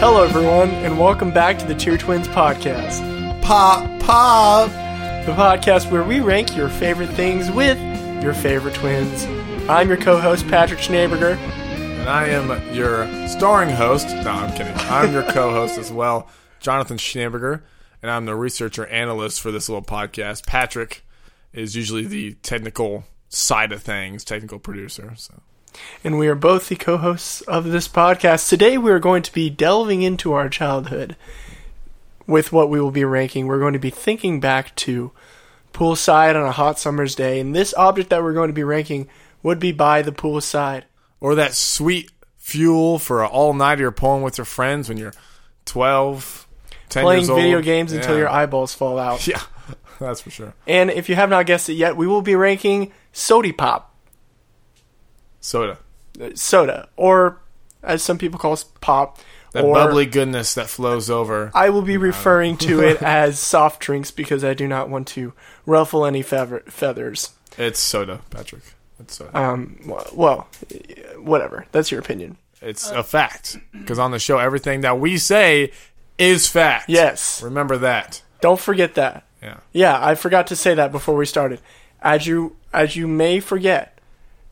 Hello, everyone, and welcome back to the Cheer Twins podcast, Pop, pop. the podcast where we rank your favorite things with your favorite twins. I'm your co-host Patrick Schneeberger. And I am your starring host. No, I'm kidding. I'm your co host as well, Jonathan Schnamberger. And I'm the researcher analyst for this little podcast. Patrick is usually the technical side of things, technical producer. So and we are both the co-hosts of this podcast. Today we are going to be delving into our childhood with what we will be ranking. We're going to be thinking back to poolside on a hot summer's day, and this object that we're going to be ranking would be by the poolside. Or that sweet fuel for an all night you're pulling with your friends when you're 12, 10 Playing years old. video games until Yeah. your eyeballs fall out. Yeah, that's for sure. And if you have not guessed it yet, we will be ranking Sody Pop, Soda. uh, soda, or as some people call it, pop. That or bubbly goodness that flows over. I will be referring to it as soft drinks because I do not want to ruffle any feather- feathers. It's soda, Patrick. It's soda. Um, wh- well, whatever. That's your opinion. It's a fact. Because on the show, everything that we say is fact. Yes. Remember that. Don't forget that. Yeah. Yeah, I forgot to say that before we started. As you as you may forget,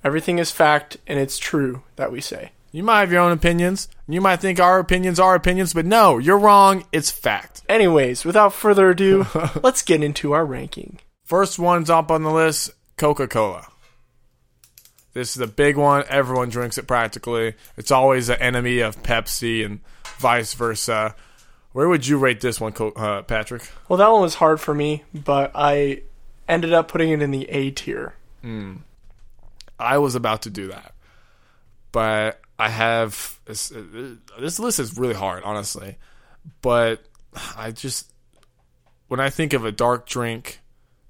everything is fact and it's true that we say. You might have your own opinions. and You might think our opinions are opinions, but no, you're wrong. It's fact. Anyways, without further ado, let's get into our ranking. First one's up on the list Coca Cola. This is a big one. Everyone drinks it practically. It's always the enemy of Pepsi and vice versa. Where would you rate this one, Co- uh, Patrick? Well, that one was hard for me, but I ended up putting it in the A tier. I was about to do that, but I have this, this list is really hard, honestly. But I just when I think of a dark drink,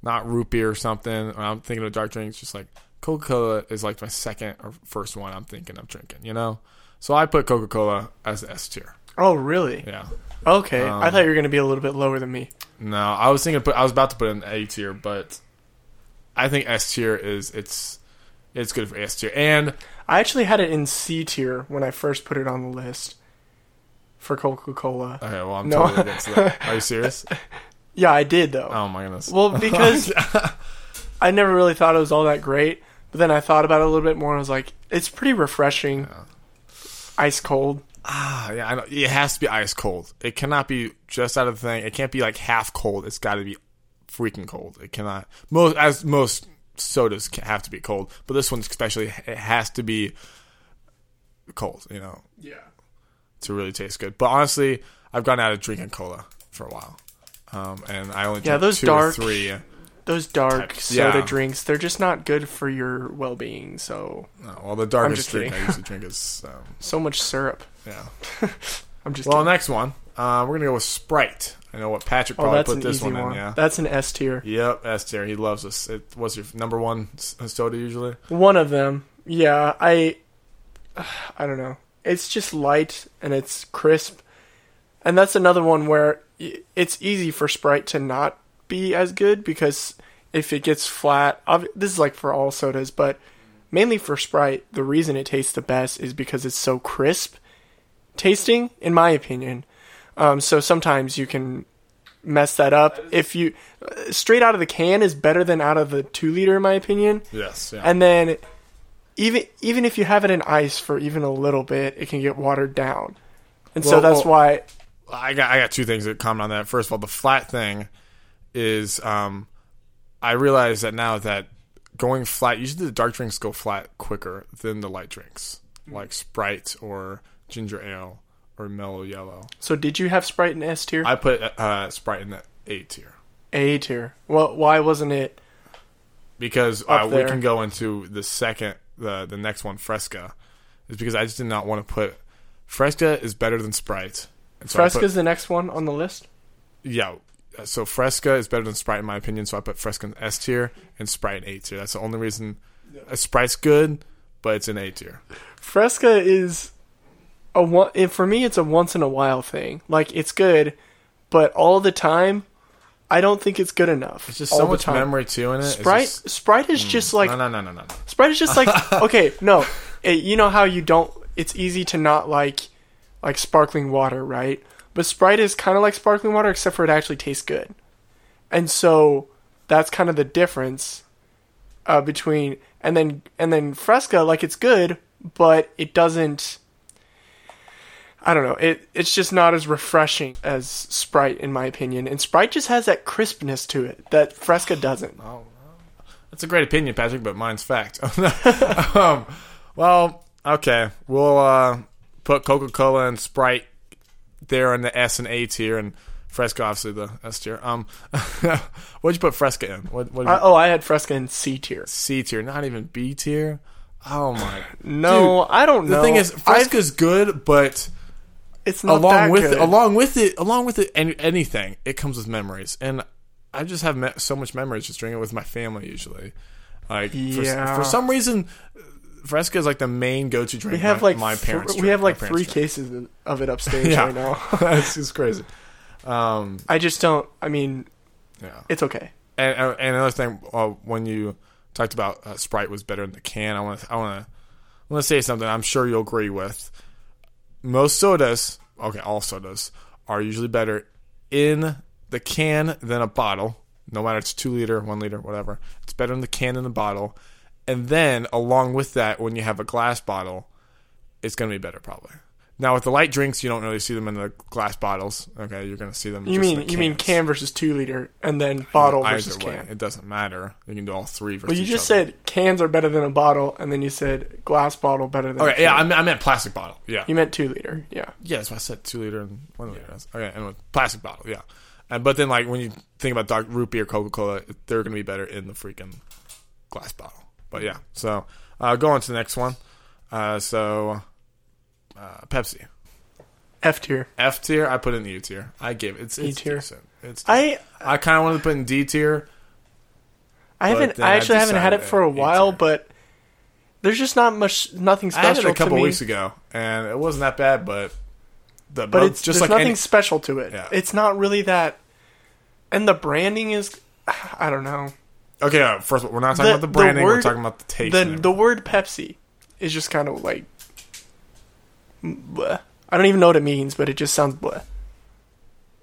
not root beer or something, when I'm thinking of dark drinks, just like Coca Cola is like my second or first one I'm thinking of drinking, you know. So I put Coca Cola as S tier. Oh, really? Yeah. Okay. I thought you were going to be a little bit lower than me. No, I was thinking. Put, I was about to put in A tier, but I think S tier is it's it's good for S tier and. I actually had it in C tier when I first put it on the list for Coca Cola. Okay, well, I'm No. totally against that. Are you serious? Yeah, I did, though. Oh my goodness. Well, because I never really thought it was all that great, but then I thought about it a little bit more and I was like, it's pretty refreshing. Ice cold. Ah, yeah, I know. It has to be ice cold. It cannot be just out of the thing. It can't be like half cold. It's got to be freaking cold. It cannot. Most as most sodas ca- have to be cold, but this one especially it has to be cold. You know, Yeah. to really taste good. But honestly, I've gotten out of drinking cola for a while, um, and I only Yeah, drink those two dark- or three. Uh, Those dark Types, soda yeah. drinks, they're just not good for your well being. So, well, the just darkest drink kidding. I usually drink is um, so much syrup. yeah. I'm just Well, kidding. next one, uh, we're gonna go with Sprite. I know what Patrick Oh, probably that's put an this easy one, one. in. Yeah. That's an S tier. yep, S tier. He loves us. It, what's your number one s- uh, soda usually? One of them. Yeah, I I don't know. It's just light and it's crisp. And that's another one where y- it's easy for Sprite to not be as good because if it gets flat, ob- this is like for all sodas, but mainly for Sprite, the reason it tastes the best is because it's so crisp tasting in my opinion. Um, so sometimes you can mess that up. If you uh, straight out of the can is better than out of the 2 liter in my opinion. Yes. Yeah. And then even even if you have it in ice for even a little bit, it can get watered down. And so Well, that's well- why I got I got two things to comment on that. First of all, the flat thing is um, I realize that now that going flat usually the dark drinks go flat quicker than the light drinks, like Sprite or ginger ale or mellow yellow. so did you have Sprite in S tier? I put uh, Sprite in the A tier. A tier. Well, why wasn't it? because uh, we there. can go into the second the the next one Fresca is because I just did not want to put Fresca is better than Sprite. And so I put- Fresca's the next one on the list. yeah. uh, So Fresca is better than Sprite in my opinion. So I put Fresca in S tier and Sprite in A tier. That's the only reason uh, Sprite's good, but it's in A tier. Fresca is a one and for me it's a once in a while thing. Like it's good, but all the time I don't think it's good enough. It's just all so the much time. memory too in it. It's Sprite just- Mm, Sprite is just like no, no, no, no, no. no. Sprite is just like okay, no, Eh, you know how you don't. It's easy to not like like sparkling water, right? But Sprite is kind of like sparkling water, except for it actually tastes good. And so that's kind of the difference uh, between and then and then Fresca, like it's good, but it doesn't. I don't know. It it's just not as refreshing as Sprite, in my opinion. And Sprite just has that crispness to it that Fresca doesn't. That's a great opinion, Patrick, but mine's fact. um, well, okay. We'll uh, put Coca Cola and Sprite there in the S and A tier, and Fresca, obviously, the S tier. Um, what'd you put Fresca in? What, what did I, you- oh, I had Fresca in C tier. C tier, not even B tier? Oh, my. No, I don't know. The thing is, I've- Fresca's good, but it's not along that with good. it, along with it, along with it, any, anything, it comes with memories, and I just have me- so much memories just drinking with my family usually. Like for- Yeah. for, some reason, Fresca is like the main go-to drink. we have like my th- parents. we drink- have my like parents three drink. cases of it upstairs Yeah. right now. it's just crazy. Um, I just don't. I mean, yeah. it's okay. And, and another thing, uh, when you talked about uh, Sprite was better in the can, I want to I want to I want to say something. I'm sure you'll agree with most sodas. Okay, all sodas are usually better in the can than a bottle. No matter it's two liter, one liter, whatever. It's better in the can than the bottle. And then along with that, when you have a glass bottle, it's going to be better probably. Now with the light drinks, you don't really see them in the glass bottles. Okay, you're going to see them. You just in mean the you mean cans. can versus two liter, and then bottle Either versus way, can. It doesn't matter. You can do all three versus. But you just each other. said cans are better than a bottle, and then you said glass bottle better than. a Okay, yeah, can. I meant, I meant plastic bottle. Yeah, you meant two liter. Yeah, yeah, that's why I said two liter and one liter. That's- Okay, and with plastic bottle. Yeah, and but then like when you think about Doc root beer, Coca Cola, they're gonna be better in the freaking glass bottle. But yeah, so uh, go on to the next one. Uh, so uh, Pepsi F tier. F tier, I put in U tier. I give it's, it's E tier. decent. It's I I kind of wanted to put in D tier. I haven't. then I I actually haven't had it decided for a A tier. while, but there's just not much. Nothing I special had it a couple to me. weeks ago, and it wasn't that bad, but. The, but it's just there's like nothing any- special to it. Yeah. It's not really that, and the branding is, I don't know. Okay, uh, first of all, we're not talking The- about the the branding. we're word- talking about the taste. the and everything. The word Pepsi is just kind of like, bleh. I don't even know what it means, but it just sounds bleh.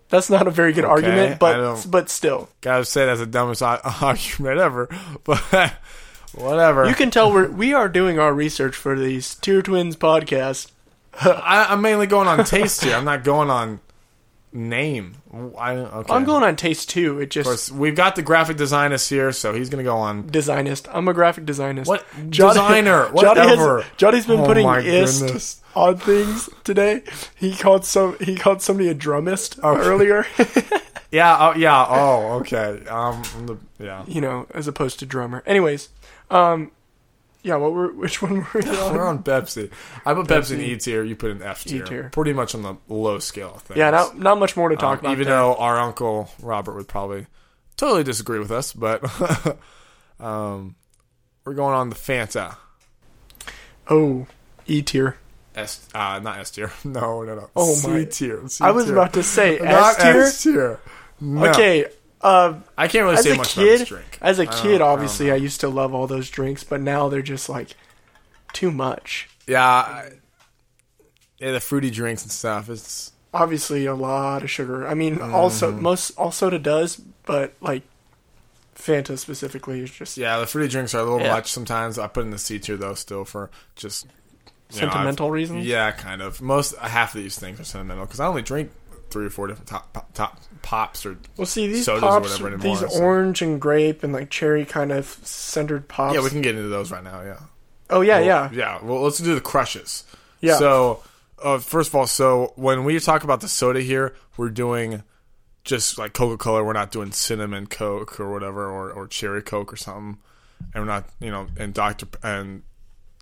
That's not a very good argument, I but don't- but still, Gotta say that's the dumbest ar- argument ever, but whatever. you can tell we're we are doing our research for these Tier Twins podcasts. I, I'm mainly going on taste here. I'm not going on name. I, okay. I'm going on taste too. It Of just course, we've got the graphic designist here, so he's gonna go on. designist. I'm a graphic designist. What Johnny- designer? Johnny has- Whatever. Johnny's been Oh putting my ist goodness. on things today. He called some. He called somebody a drummist Oh. earlier. Yeah. Oh, yeah. Oh, okay. Um. I'm the, yeah. you know, as opposed to drummer. Anyways, um, yeah. What were which one were we on? We're on Pepsi. I put Pepsi in Pepsi. E tier. You put in F tier. E-tier. Pretty much on the low scale. Things. yeah, not not much more to talk Um, about. Even there. though our uncle Robert would probably totally disagree with us, but um, we're going on the Fanta oh, E tier. S, uh, not S tier. No, no, no. Oh, C my- tier. C I was tier. about to say Not S tier. S tier. No. Okay, uh, I can't really as say a much about this kid, drink. as a don't- I kid, don't obviously, I, used to love all those drinks, but now they're just like too much. yeah, I, yeah, the fruity drinks and stuff. It's Obviously, a lot of sugar. I mean, Mm-hmm. also most all soda does, but like Fanta specifically is just yeah, the fruity drinks are a little Yeah. much sometimes. I put in the C tier though, still for just you know, I've- sentimental reasons. Yeah, kind of. Most half of these things are sentimental because I only drink three or four different top pop, top pops or Well, see these sodas or pops, whatever anymore, these so- orange and grape and like cherry kind of centered pops. yeah. We can get into those right now. Yeah, oh yeah, yeah, yeah. Well, let's do the crushes. Yeah. So, uh, first of all, so when we talk about the soda here, we're doing just like Coca Cola. We're not doing cinnamon Coke or whatever, or, or cherry Coke or something. And we're not, you know, and Doctor and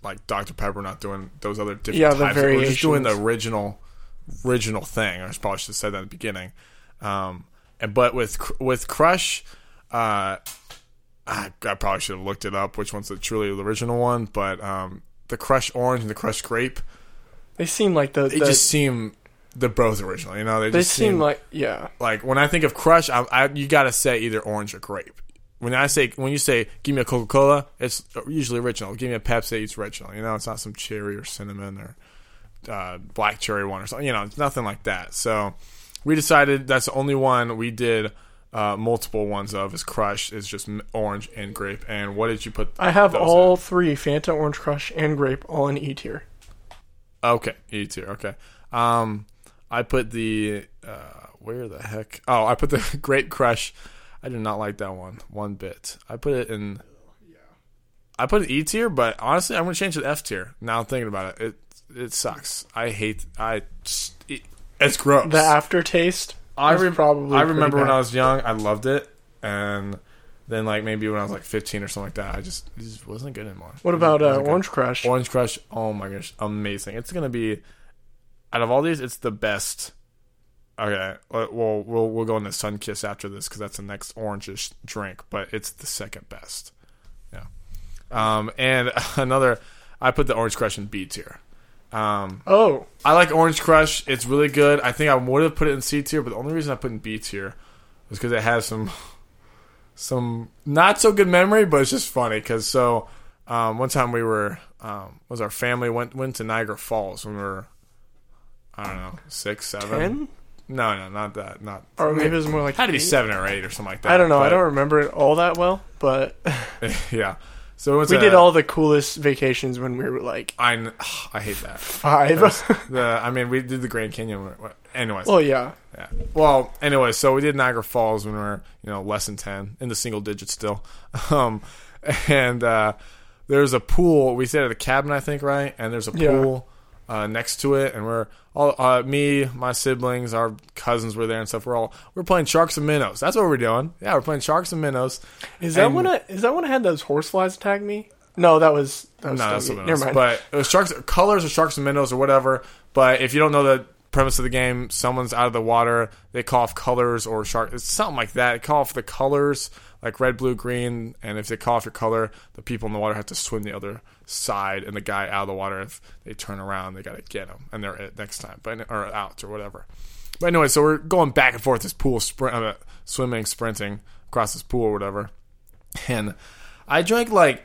like Dr Pepper. We're not doing those other different. Yeah, types. the We're just doing the variations. original, original thing. I probably should have said that at the beginning. Um, and but with Cr- with Crush, uh, I, I probably should have looked it up which one's the truly the original one, but um, the Crush Orange and the Crush Grape, They seem like the, they the- just seem they're both original. You know, they they just seem like yeah. like when I think of Crush, I, I you gotta say either orange or grape. When I say when you say give me a Coca Cola, it's usually original. Give me a Pepsi, it's original. You know, it's not some cherry or cinnamon or uh, black cherry one or something. You know, it's nothing like that. So we decided that's the only one we did uh, multiple ones of is crush is just m- orange and grape. And what did you put? I have those in? all three Fanta, Orange Crush, and Grape all in E tier. Okay, E tier. Okay. Um, I put the uh, where the heck? Oh, I put the Grape Crush. I did not like that one one bit. I put it in. I put an E tier, but honestly, I'm gonna change it to F tier. Now I'm thinking about it. It it sucks. I hate. I it, it's gross. The aftertaste. I is rem- probably. I pretty remember when bad. I was young, I loved it, and then like maybe when I was like 15 or something like that, I just it just wasn't good anymore. What It about uh, wasn't good. Orange Crush? Orange Crush. Oh my gosh, amazing! It's gonna be out of all these, it's the best. Okay, uh, well we'll we'll go into Sun Kiss after this because that's the next orangish drink, but it's the second best. Yeah. Um, and another, I put the Orange Crush in B tier. Um, Oh, I like Orange Crush. It's really good. I think I would have put it in C tier, but the only reason I put it in B tier was because it has some some not so good memory, but it's just funny. Because so um, one time we were um, was our family went went to Niagara Falls when we were I don't know six seven. ten? No, no, not that. Not Or maybe it was more like. had to be eight? seven or eight or something like that. I don't know. I but- don't remember it all that well, but yeah. So we did all the coolest vacations when we were like I kn- I hate that. five. The I mean we did the Grand Canyon. when- when- Anyways, well, yeah. Yeah. Well, anyway, so we did Niagara Falls when we were, you know, less than 10, in the single digits still. Um, and uh, there's a pool. We stayed at the cabin, I think, right? And there's a Yeah. pool uh, next to it. And we're all, uh, me, my siblings, our cousins were there and stuff. We're all, we're playing Sharks and Minnows. That's what we're doing. Yeah, we're playing Sharks and Minnows. Is that And- when I is that when I had those horseflies attack me? No, that was that No, was that's Stogie. something Never mind. else. But it was sharks, colors or sharks and minnows or whatever. But if you don't know the premise of the game, someone's out of the water. They call off colors or shark. It's something like that. They call off the colors, like red, blue, green. And if they call off your color, the people in the water have to swim the other side. And the guy out of the water, if they turn around, they got to get him, and they're it next time, but or out or whatever. But anyway, so we're going back and forth this pool, sprint, uh, swimming, sprinting across this pool or whatever. And I drank like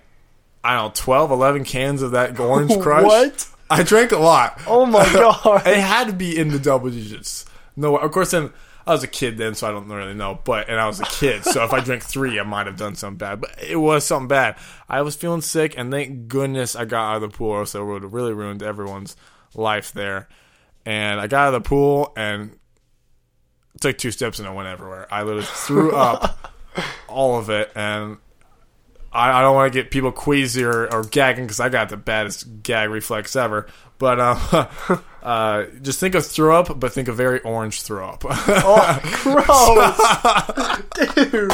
I don't know, 12, 11 cans of that orange crush. What? I drank a lot. oh my god! It had to be in the double digits. No, of course, then I was a kid then, so I don't really know. But and I was a kid, so if I drank three, I might have done something bad. But it was something bad. I was feeling sick, and thank goodness I got out of the pool, or else it would have really ruined everyone's life there. And I got out of the pool and took two steps, and it went everywhere. I literally threw up all of it, and I, I don't want to get people queasy or, or gagging because I got the baddest gag reflex ever. But um, uh, just think of throw up, but think of very orange throw up. Oh. Gross, dude.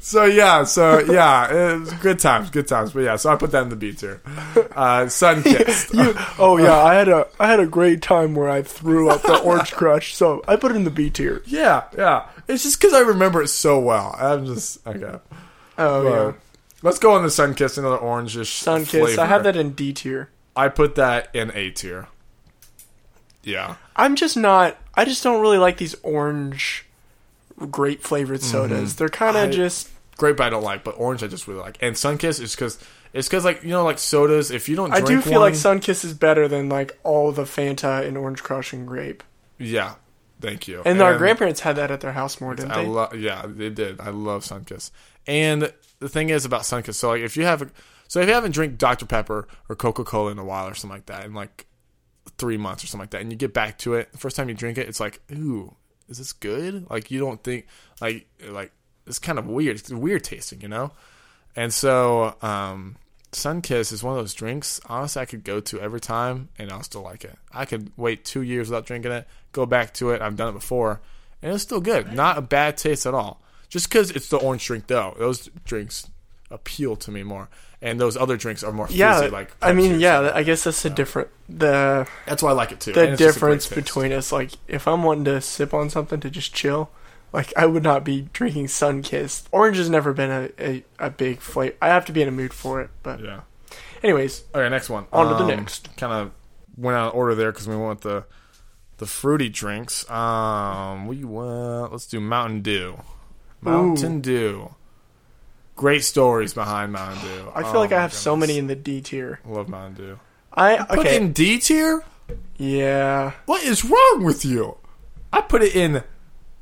so yeah, so yeah, it was good times, good times. But yeah, so I put that in the B tier. Uh, sun kissed. You, oh yeah, I had a I had a great time where I threw up the orange crush, so I put it in the B tier. yeah, yeah. It's just because I remember it so well. I'm just okay. Oh yeah, But let's go on the sun kiss, another orangish sun kiss. flavor. I had that in D tier. I put that in A tier. Yeah. I'm just not. I just don't really like these orange grape flavored sodas. They're kind I- of just grape I don't like, but orange I just really like. And Sunkiss is because it's because like you know like sodas. If you don't, I drink do feel one- like Sunkiss is better than like all the Fanta and Orange Crush and Grape. Yeah, thank you. And, our grandparents had that at their house more, didn't I they? love. Yeah, they did. I love Sunkiss. And the thing is about Sunkiss. So like if you have, so if you haven't drank Dr Pepper or Coca Cola in a while or something like that, in like three months or something like that, and you get back to it, the first time you drink it, it's like, ooh, is this good? Like you don't think like like it's kind of weird. It's weird tasting, you know. And so, um, Sunkiss is one of those drinks. Honestly, I could go to every time, and I'll still like it. I could wait two years without drinking it, go back to it. I've done it before, and it's still good. Not a bad taste at all. Just because it's the orange drink, though, those drinks appeal to me more, and those other drinks are more fizzy. yeah, like I Pepsi or mean, yeah. something. I guess that's the different the that's why I like it too. and the it's just a great difference taste. between us. Like, if I'm wanting to sip on something to just chill, like I would not be drinking Sunkiss. Orange has never been a a, a big flavor. I have to be in a mood for it. But yeah. Um, anyways, Okay, next one. On to the next. Kind of went out of order there because we want the the fruity drinks. Um, we want let's do Mountain Dew. Mountain Dew. Great stories behind Mountain Dew. I feel Oh like I my have so goodness. many in the D tier. Love Mountain Dew. I Put okay. in D tier. Yeah. What is wrong with you? I put it in.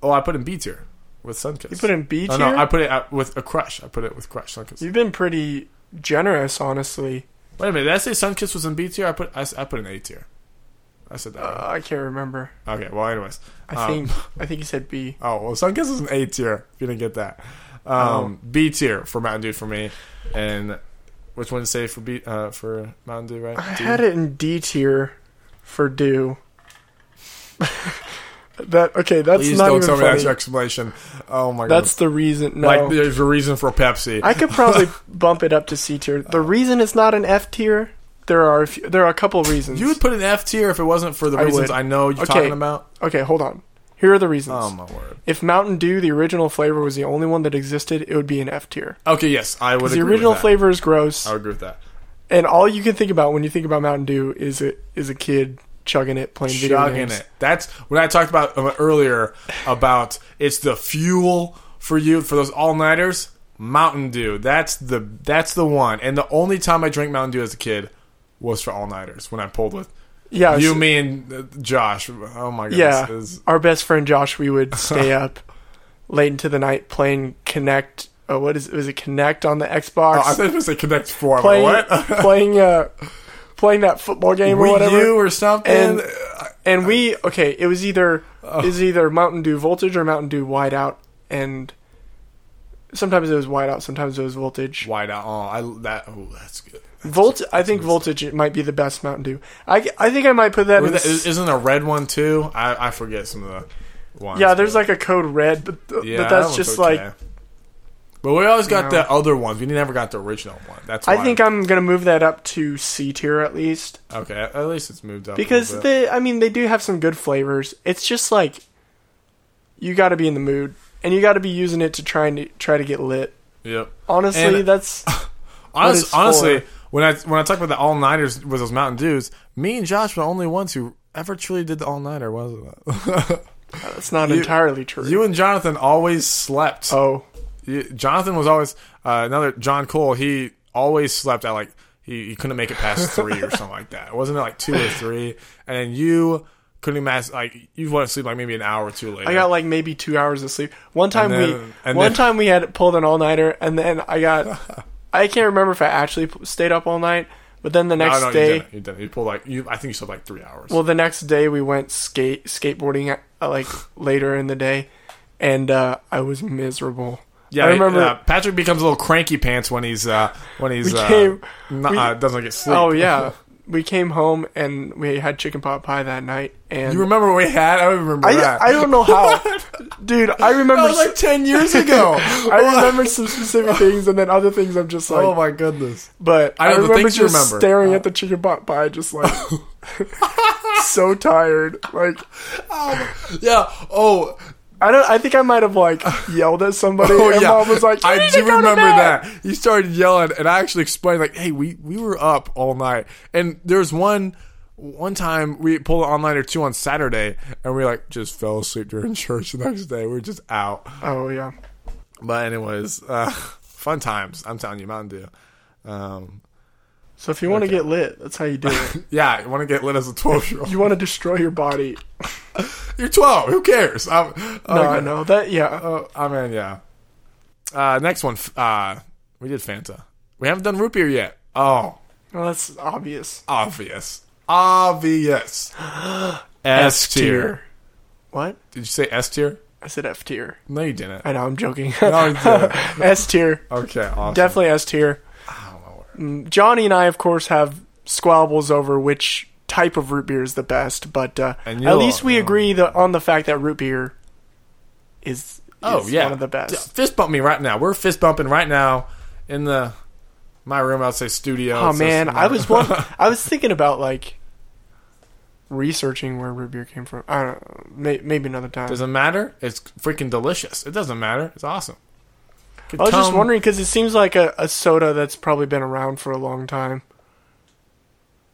Oh, I put in B tier with Sunkiss. You put in B Oh, No, tier? no, I put it at, with a crush. I put it with crush Sunkiss. You've been pretty generous, honestly. Wait a minute. Did I say Sunkiss was in B tier? I put I, s- I put an A tier. I said that. Uh, I can't remember. right. Okay. Well, anyways. I Um, think I think you said B. Oh well, Sunkiss is an A tier. If you didn't get that, Oh. um, B tier for Mountain Dew for me. And which one to say for B uh, for Mountain Dew? Right? I D? had it in D tier for do. that okay, that's Please not don't even tell me funny. that's your explanation. Oh my god. That's the reason. No, like there's a reason for Pepsi. I could probably bump it up to C tier. The reason it's not an F tier, there are a few, there are a couple reasons. you would put an F tier if it wasn't for the I would. reasons I know you're Okay. talking about. okay, hold on. Here are the reasons. Oh my word. if Mountain Dew, the original flavor, was the only one that existed, it would be an F tier. Okay, yes, I would. The Agree original with that. flavor is gross, I would agree with that. and all you can think about when you think about Mountain Dew is a is a kid chugging it, playing video Chugging games. it. That's when I talked about uh, earlier about it's the fuel for you for those all nighters. Mountain Dew. That's the that's the one. And the only time I drank Mountain Dew as a kid was for all nighters when I pulled with Yeah, you, so- me, and uh, Josh. Oh my goodness. yeah. It was- Our best friend Josh, we would stay up late into the night playing Connect. Oh, what is was it? Connect on the Xbox. Oh, I thought it was a Connect Four. I'm like, playing what? playing uh playing that football game or Wii whatever. U or something? and and we okay, it was either it was either Mountain Dew Voltage or Mountain Dew Whiteout, and sometimes it was Whiteout, sometimes it was Voltage. Wide out. Oh, I that. Oh, that's good. Volt, I think Voltage it might be the best Mountain Dew. I, I think I might put that in. With the the- is- Isn't a red one too? I, I forget some of the ones. yeah, there's like but- a code red, but, th- but that that's one's just okay. like But we always got No. the other ones. We never got the original one. That's why I think I'm gonna move that up to C tier at least okay. At at least it's moved up a because little bit. they I mean they do have some good flavors. It's just like you got to be in the mood and you got to be using it to try and try to get lit. yep. Honestly, And- that's Honest- it's honestly, for. when I when I talk about the all nighters with those Mountain Dews, me and Josh were the only ones who ever truly did the all nighter, wasn't it? that's not entirely true. you and Jonathan always slept. oh, Yeah, Jonathan was always uh, another John Cole. He always slept at like he, he couldn't make it past three or something like that. Wasn't it like two or three? And you couldn't mass like you want to sleep like maybe an hour or two later. I got like maybe two hours of sleep. One time then- we and one then- time we had it pulled an all nighter, and then I got I can't remember if I actually p- stayed up all night, but then the next oh, no, day. You didn't. You didn't. You pulled like you. I think you slept like three hours. Well, the next day we went skate skateboarding uh, like later in the day, and uh, I was miserable. yeah, I remember. uh, Patrick becomes a little cranky pants when he's uh, when he's We uh, came- not, we- uh, doesn't get sleep. oh yeah, we came home and we had chicken pot pie that night, and you remember what we had? I don't remember I, that. I don't know how, dude. I that remember. was like ten years ago. s- I remember some specific things, and then other things I'm just like. oh my goodness. but I I, know the remember things just you remember. Uh. staring at the chicken pot pie, just like so tired. Like Yeah. Oh, I don't. I think I might have like yelled at somebody, and mom was like, I "You need do to go to remember bed." that. He started yelling, and I actually explained, like, "Hey, we we were up all night." And there's one one time we pulled an online or two on Saturday, and we like just fell asleep during church the next day. We were just out. Oh yeah. But anyways, uh, fun times. I'm telling you, Mountain Dew. Um, So if you want to get lit, that's how you do it. yeah, I want to get lit as a 12 year old. you want to destroy your body. You're 12. Who cares? I'm, No, I know that. Yeah. Oh, I mean, yeah. Uh, next one. f- Uh, we did Fanta. We haven't done root beer yet. Oh. Well, that's obvious. Obvious. Obvious. S tier. What? Did you say S tier? I said F tier. No, you didn't. I know. I'm joking. No, you didn't. S tier. Okay, awesome. Definitely S tier. Ah, Mm, Johnny and I, of course, have squabbles over which type of root beer is the best, but uh, And at you'll- least we agree that on the fact that root beer is, oh is yeah, one of the best. D- Fist bump me right now. We're fist bumping right now in the my room. I'd say studio. Oh It's just man, my- I was one. I was thinking about like researching where root beer came from. I don't. May, maybe another time. doesn't matter. It's freaking delicious. It doesn't matter. It's awesome. I was just Tum- wondering because it seems like a, a soda that's probably been around for a long time,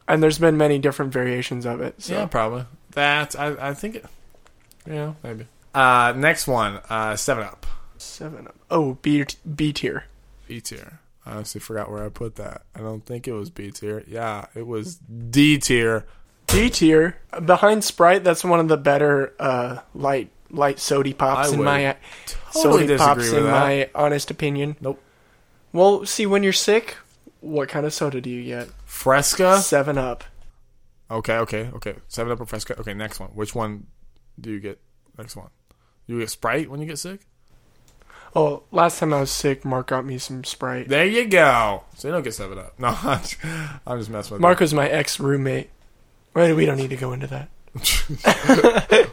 and there's been many different variations of it. So. Yeah, probably that. I I think it. Yeah, maybe. Uh, next one. Uh, seven up. Seven. Up. Oh, B t- B tier. B tier. I honestly forgot where I put that. I don't think it was B tier. Yeah, it was D tier. D tier behind Sprite. That's one of the better uh, light light sody pops I in would my totally sody pops disagree in with my honest opinion. Nope. Well, see, when you're sick, what kind of soda do you get? Fresca. Seven Up. Okay, okay, okay. Seven Up or Fresca. Okay, next one. Which one do you get? Next one. You get Sprite when you get sick. Oh, last time I was sick, Mark got me some Sprite. There you go. So you don't get Seven Up. No, I'm just, I'm just messing with Mark was my ex roommate. Right, we don't need to go into that.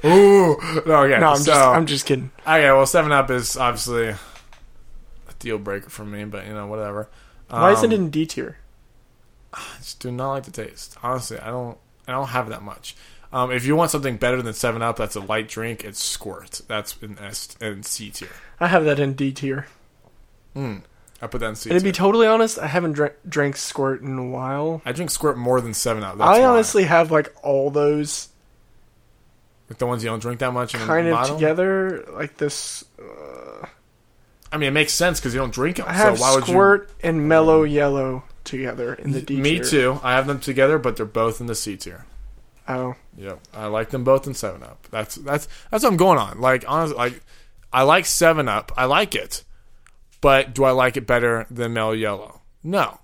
You. Ooh. No, yeah. No, I'm so, just I'm just kidding. okay. Well, Seven Up is obviously a deal breaker for me, but you know, whatever. Why is it Um, in D tier? I just do not like the taste. Honestly, I don't. I don't have that much. Um, if you want something better than Seven Up, that's a light drink. It's Squirt. That's in S in C tier. I have that in D tier. Mm. I put that in C And to tier. be totally honest, I haven't drank, drank Squirt in a while. I drink Squirt more than Seven Up. That's I why. honestly have like all those like the ones you don't drink that much in kind a of bottle. together. Like this, I mean, it makes sense because you don't drink them. I have so why would Squirt and Mellow Yellow together in the D you? tier. Me too. I have them together, but they're both in the C tier. Um, Oh, Yep, I like them both in Seven Up. That's that's that's what I'm going on. Like honestly, like I like Seven Up. I like it, but do I like it better than Mel Yellow? No.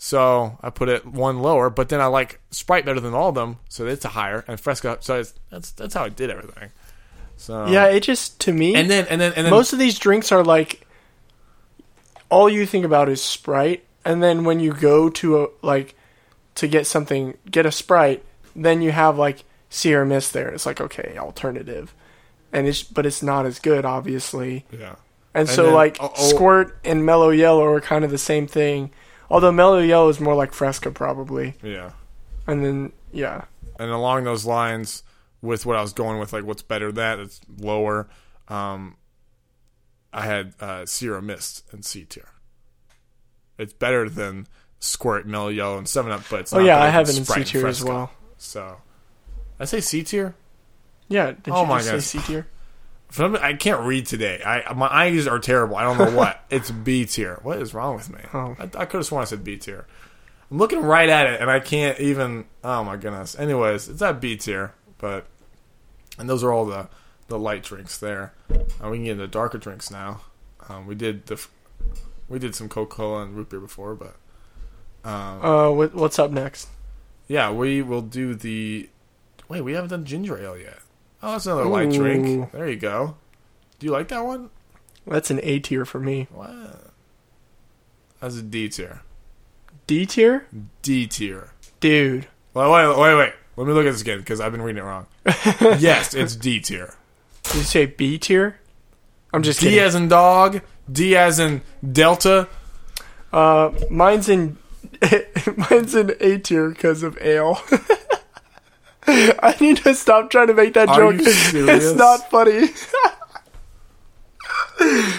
So I put it one lower, but then I like Sprite better than all of them, so it's a higher and Fresca. So it's, that's that's how I did everything. So yeah. It just to me, and then and then and then most of these drinks are like all you think about is Sprite, and then when you go to a like to get something, get a Sprite, then you have like Sierra Mist there. It's like okay, alternative, and it's but it's not as good, obviously. yeah. And, And so then- like oh, oh. Squirt and Mellow Yellow are kind of the same thing. Although Mellow Yellow is more like Fresca probably. Yeah. And then yeah. and along those lines with what I was going with, like what's better that it's lower. Um, I had uh, Sierra Mist and C tier. It's better than Squirt, Mellow Yellow, and Seven Up, but it's Oh not yeah, better I than have it in Sprite C and tier as Fresca. well. So I say C tier. Yeah, did Oh you my just say gosh. C tier? If I'm- I can't read today. I my eyes are terrible. I don't know what. it's B tier. What is wrong with me? Oh. I, I could have sworn I said B tier. I'm looking right at it and I can't even. Oh my goodness. Anyways, it's at B tier, but and those are all the the light drinks there. Uh, we can get into darker drinks now. Um, we did the f- we did some Coca Cola and root beer before, but um, Uh what, what's up next? yeah, we will do the. Wait, we haven't done ginger ale yet. Oh, that's another light drink. Ooh. There you go. Do you like that one? That's an A tier for me. What? That's a D tier. D tier? D tier. Dude. Wait, wait, wait, wait. Let me look at this again because I've been reading it wrong. yes, it's D tier. Did you say B tier? I'm just D kidding. as in dog. D as in Delta. Uh mine's in mine's in A tier because of ale. I need to stop trying to make that Are joke. you serious? It's not funny.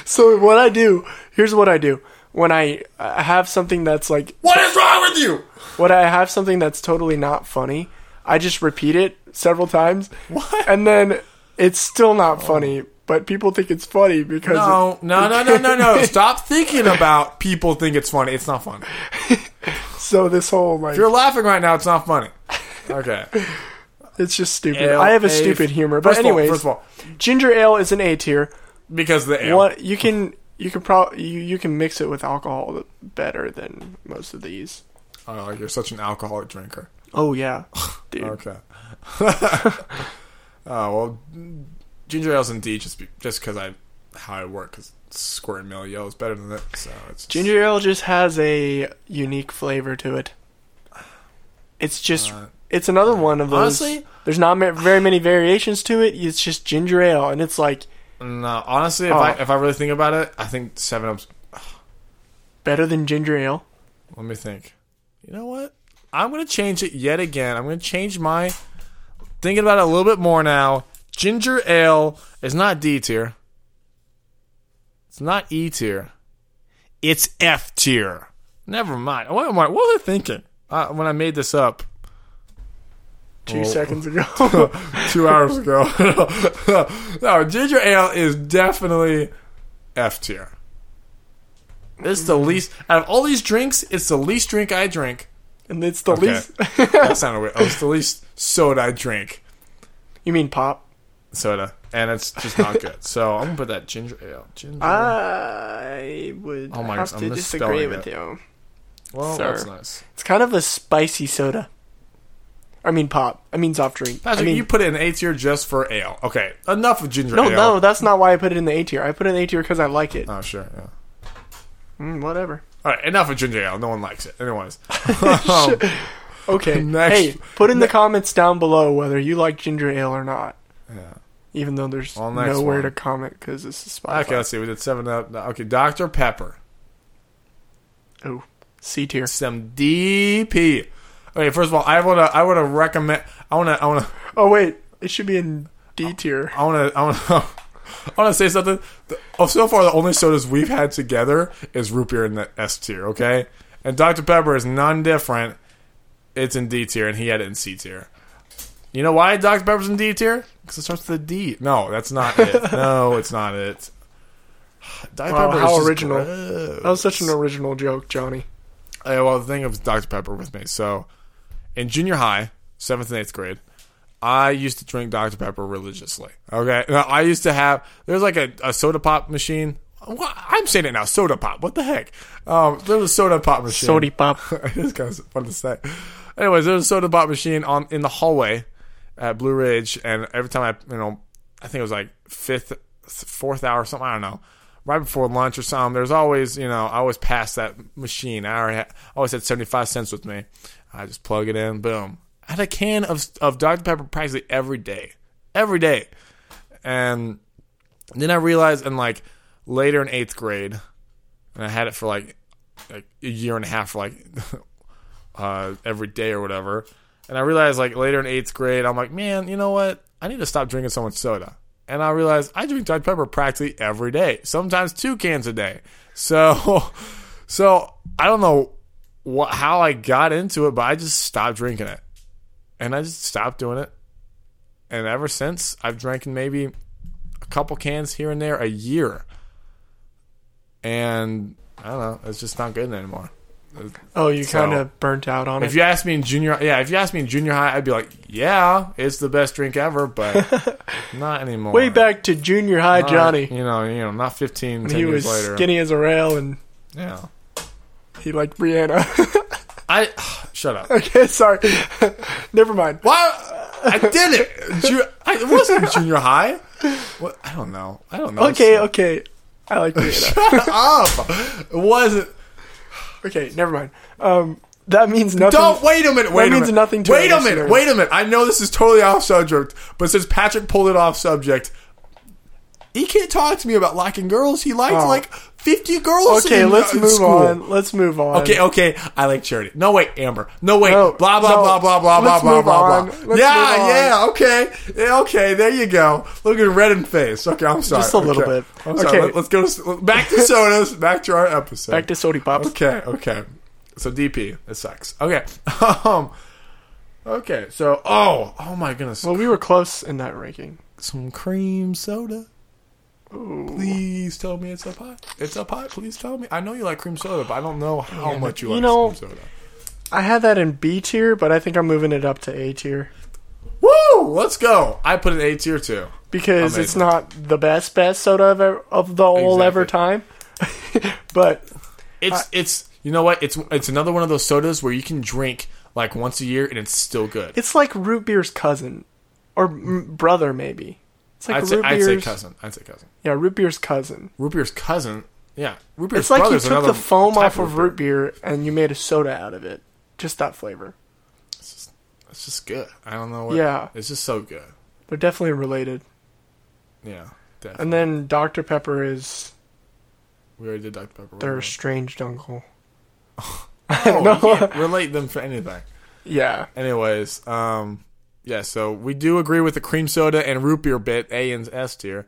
so what I do, here's what I do. When I I have something that's like What is wrong with you? when I have something that's totally not funny, I just repeat it several times. And then it's still not funny, but people think it's funny because Oh. No, no, no, no, no, no. Stop thinking about people think it's funny. It's not funny. If so this whole like you're laughing right now, it's not funny. Okay. it's just stupid. Ale, I have a A- stupid humor, but First anyways, of all, first of all, ginger ale is an A tier. because of the ale. What you can you can probably you, you can mix it with alcohol better than most of these. Oh, you're such an alcoholic drinker. Oh yeah, dude. Okay. oh well, ginger ale's in D just be, just because I how I work because squirt and yellow is better than that. So it's just- Ginger ale just has a unique flavor to it. It's just Uh, it's another one of those. honestly- there's not ma- very many variations to it. It's just ginger ale, and it's like No, Mm, uh, honestly, if Oh. I if I really think about it, I think Seven Up's. better than ginger ale. Let me think. You know what? I'm gonna change it yet again. I'm gonna change my thinking about it a little bit more now. Ginger ale is not D tier. It's not E tier. It's F tier. Never mind. What am I? What was I thinking uh, when I made this up? Two Oh. seconds ago, two hours ago. no, ginger ale is definitely F tier. It's the least out of all these drinks. It's the least drink I drink. and it's the Okay. least. That sounded weird. Oh, it's the least soda I drink. You mean pop? Soda. And it's just not good. So I'm gonna put that ginger ale. Ginger. Uh, I would Oh my have gosh, to I'm disagree misspelling with it. you. well, sir. that's nice. It's kind of a spicy soda. I mean pop. I mean soft drink. Patrick, I mean you put it in A tier just for ale. Okay, enough of ginger no, ale. no, that's not why I put it in the A tier. I put it in the A tier because I like it. Oh sure. Yeah. Mm, whatever. All right, enough of ginger ale. No one likes it. Anyways, Um, Okay. Next- hey, put in the comments down below whether you like ginger ale or not. Yeah. Even though there's Well, next nowhere one. to comment because this is Spotify. okay. Let's see. We did seven up. Okay, Dr Pepper. Oh, C tier. Some DP. Okay, first of all, I wanna, I wanna recommend. I wanna, I wanna, Oh wait, it should be in D tier. I wanna, I wanna. I want to say something. The- Oh, so far the only sodas we've had together is root beer in the S tier, okay? And Dr Pepper is none different. It's in D tier, and he had it in C tier. You know why Dr Pepper's in D tier? Because it starts with a D. No, that's not it. no, it's not it. Dr Wow, Pepper how is just original. gross. That was such an original joke, Johnny. Yeah, Uh, well, the thing was Dr. Pepper with me. So, in junior high, seventh and eighth grade, I used to drink Dr. Pepper religiously. Okay. Now, I used to have, there's like a, a soda pop machine. Wha- I'm saying it now, soda pop. What the heck? Um, there was a soda pop machine. Sody pop. it's kind of fun to say. Anyways, there was a soda pop machine on in the hallway at Blue Ridge, and every time I, you know, I think it was like fifth, fourth hour, or something. I don't know, right before lunch or something. There's always, you know, I always pass that machine. I already had, I always had seventy five cents with me. I just plug it in, boom. I had a can of of Dr Pepper practically every day, every day, and then I realized, and like later in eighth grade, and I had it for like like a year and a half, like uh, every day or whatever. And I realized, like later in eighth grade, I'm like, man, you know what? I need to stop drinking so much soda. And I realized I drink Dr Pepper practically every day, sometimes two cans a day. So, so I don't know what how I got into it, but I just stopped drinking it, and I just stopped doing it. And ever since, I've drank maybe a couple cans here and there a year and I don't know, it's just not good anymore. Oh, you So- kind of burnt out on If it. you asked me in junior, yeah, if you asked me in junior high, I'd be like, yeah, it's the best drink ever, but not anymore. Way back to junior high, Not- Johnny. you know, you know, not 15, 10 He years was later. skinny as a rail and Yeah, he liked Brianna. I shut up. okay, sorry. Never mind. Why? I did it. Ju- I, it wasn't junior high. What? I don't know. I don't know. Okay, okay. I like Brianna. Shut up. It wasn't. okay, never mind. Um, that means nothing. Don't wait a minute. Wait a means minute. nothing to wait our a minute. listeners. Wait a minute. I know this is totally off subject, but since Patrick pulled it off subject, he can't talk to me about liking girls. He liked Oh. like fifty girls. Okay, in, let's uh, move school. on. Let's move on. Okay, okay. I like charity. No, wait, Amber. No, wait. No, blah blah no. blah blah blah blah Let's blah move blah on. blah. Let's yeah, move on. yeah. Okay, yeah, okay. There you go. Look at red in face. Okay, I'm sorry. Just a little Okay. bit. I'm sorry. Okay. Let, us go to, back to sodas. back to our episode. Back to Sody Pops. Okay, okay. So DP, it sucks. Okay. Um Okay, so oh, oh my goodness. Well, we were close in that ranking. Some cream soda. Please tell me it's up high. It's up high. Please tell me. I know you like cream soda, but I don't know how much you, you like know- cream soda. I had that in B tier, but I think I'm moving it up to A tier Woo! Let's go. I put an A tier too. because it's Amazing. not the best best soda of, ever, of the all ever time. but It's it's you know what? It's it's another one of those sodas where you can drink like once a year and it's still good. it's like root beer's cousin or m- brother, maybe. It's like I'd root say I'd beer's say cousin. I'd say cousin. Yeah, root beer's cousin. Root beer's cousin. Yeah. Root beer's It's like you brother's took another the foam type off of root beer and you made a soda out of it. Just that flavor. It's just good. I don't know what. Yeah. It's just so good. They're definitely related. Yeah. Definitely. And then Dr Pepper is we already did Dr. Pepper. their right? estranged uncle. Oh, no. you can't relate them for anything. Yeah. Anyways, um, yeah, so we do agree with the cream soda and root beer bit, A and S tier.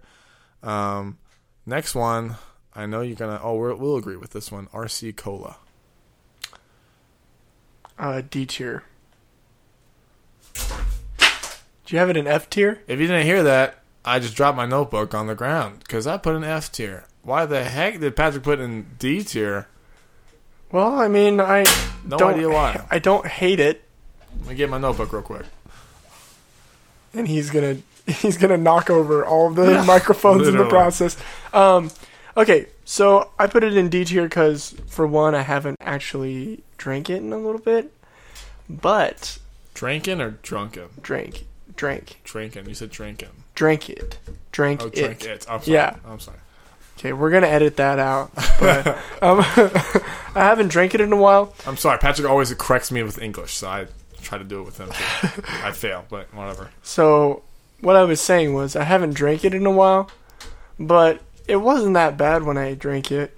Um, next one, I know you're going to, oh, we're, we'll agree with this one RC Cola. Uh, D tier. Do you have it in F tier? If you didn't hear that, I just dropped my notebook on the ground because I put an F tier. Why the heck did Patrick put in D tier? Well, I mean, I No don't. idea why. I don't hate it. Let me get my notebook real quick. and he's gonna he's gonna knock over all of the Yeah, microphones in literally. the process. Um, okay, so I put it in D tier because for one, I haven't actually drank it in a little bit, but Drinking or drunken? drank, drank, Drinking. You said drinking. drank it, drank Oh, it. drink it. I'm sorry. Yeah. I'm sorry. Okay, we're gonna edit that out. But, um, I haven't drank it in a while. I'm sorry. Patrick always corrects me with English, so I try to do it with him. Too. I fail, but whatever. So what I was saying was I haven't drank it in a while, but it wasn't that bad when I drank it.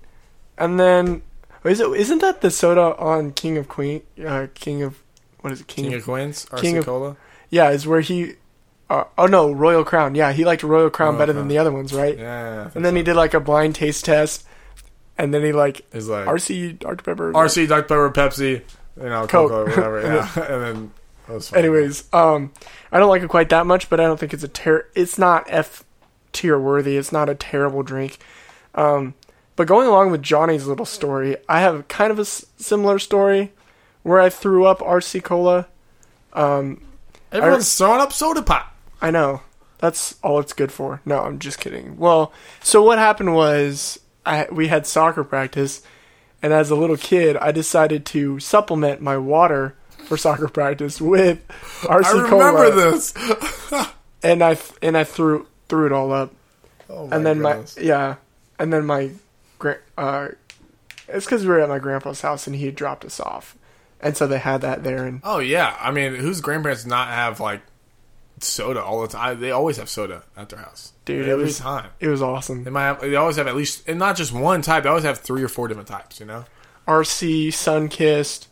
And then is it isn't that the soda on King of Queen uh, King of what is it King, King of, of Queens, King RC of- Cola. Yeah, is where he uh, oh no, Royal Crown. Yeah, he liked Royal Crown Royal better Crown. than the other ones, right? Yeah. and then he did like a blind taste test and then he like is like RC Dr Pepper RC Dr Pepper, Pepsi, you know, Coke. Coca, whatever. Yeah, and then. That was fine. Anyways, um, I don't like it quite that much, but I don't think it's a ter. It's not F tier worthy. It's not a terrible drink. Um, but going along with Johnny's little story, I have kind of a s- similar story where I threw up RC cola. everyone's throwing up soda pop. I know that's all it's good for. No, I'm just kidding. Well, so what happened was I we had soccer practice, and as a little kid, I decided to supplement my water for soccer practice with RC I cola. remember this. and I th- and I threw threw it all up, Oh my and then goodness. my yeah, and then my gra- uh, it's because we were at my grandpa's house and he had dropped us off, and so they had that there and Oh yeah, I mean, whose grandparents not have like soda all the time? They always have soda at their house, Dude, it Every was- time it was awesome. they might have, they always have at least, and not just one type. They always have three or four different types. You know, RC Sunkist,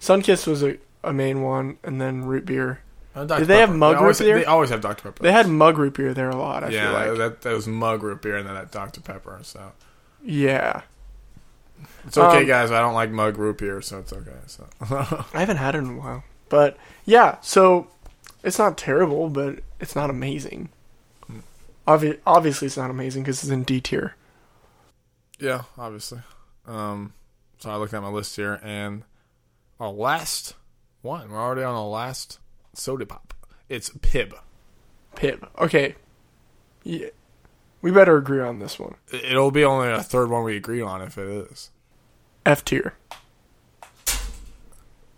Sunkist was a, a main one, and then root beer. Uh, Dr. Did they have Pepper. mug they always, root beer? They always have Dr Pepper. They had mug root beer there a lot. I yeah, feel like that, that was mug root beer and then that Dr Pepper. So yeah. it's okay, Um, guys. I don't like mug root beer, so it's okay. So I haven't had it in a while, but yeah. So it's not terrible, but it's not amazing. Mm. Obvi- obviously, it's not amazing because it's in D tier. yeah, obviously. Um, so I looked at my list here, and our last one. We're already on our last soda pop. It's Pib. Pib. Okay. Yeah. We better agree on this one. It'll be only a third one we agree on if it is. F tier.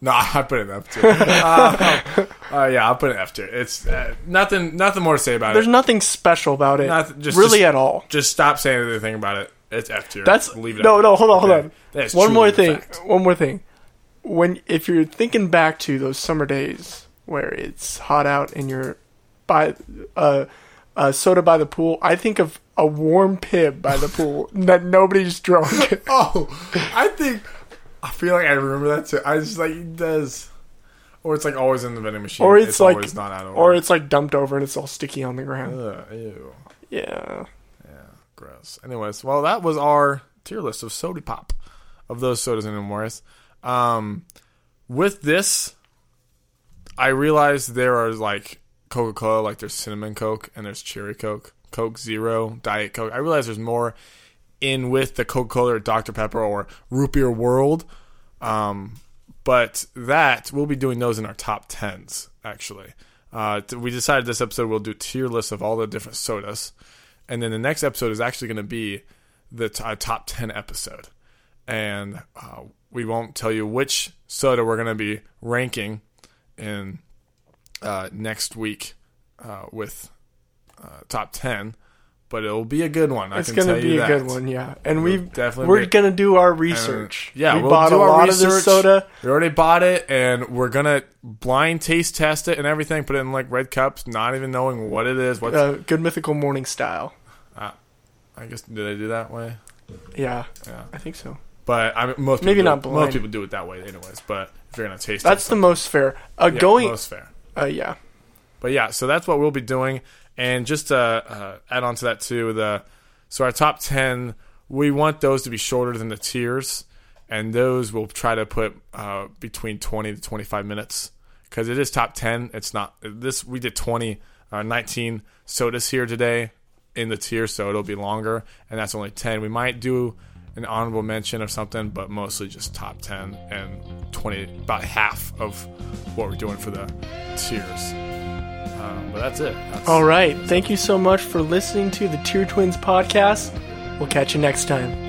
No, I put an F tier. uh, uh, yeah, I'll put an F tier. It's uh, nothing. Nothing more to say about There's it. nothing special about it. Nothing- just- really just- at all. Just stop saying anything about it. It's F tier. That's leave it. No, at no, that. hold on, hold Yeah. on. That is One more truly thing. fact. One more thing. When if you're thinking back to those summer days where it's hot out and you're by uh, uh soda by the pool, I think of a warm pib by the pool that nobody's drunk. Oh, I think I feel like I remember that too. I just like it does, or it's like always in the vending machine, Or it's like- always not out of or order. it's like dumped over and it's all sticky on the ground. Ugh, ew, Yeah. gross. Anyways, well, that was our tier list of soda pop of those sodas and Morris. Um, with this, I realized there are like Coca Cola, like there's cinnamon Coke and there's cherry Coke, Coke Zero, Diet Coke. I realize there's more in with the Coca Cola or Dr Pepper or Root Beer World. Um, but that we'll be doing those in our top tens actually. Uh, t- we decided this episode we'll do tier lists of all the different sodas, and then the next episode is actually going to be the t- uh, top ten episode, and uh, we won't tell you which soda we're going to be ranking in uh, next week uh, with uh, top ten, but it'll be a good one. I It's can gonna tell be you a that. good one, yeah. And we definitely we're be- gonna do our research. And, Uh, yeah, we we'll bought do a our lot research. of this soda. We already bought it, and we're gonna blind taste test it and everything. Put it in like red cups, not even knowing what it is. What's Uh, good mythical morning style. I guess did they do that way? Yeah, Yeah, I think so. but I mean, most people Maybe do not it- blind. Most people do it that way, anyways. But if you're gonna taste, That's it, the most fair. Uh, yeah, going. most fair. uh, yeah. But yeah, so that's what we'll be doing. And just to uh, add on to that too, the so our top ten, we want those to be shorter than the tiers, and those we'll try to put uh, between twenty to twenty five minutes because it is top ten. It's not this. We did 20, uh, 19 sodas here today in the tier, so it'll be longer, and that's only ten. We might do an honorable mention or something, but mostly just top ten and twenty, about half of what we're doing for the tiers. Um, but that's it. That's- All right. Thank you so much for listening to the Tier Twins podcast. We'll catch you next time.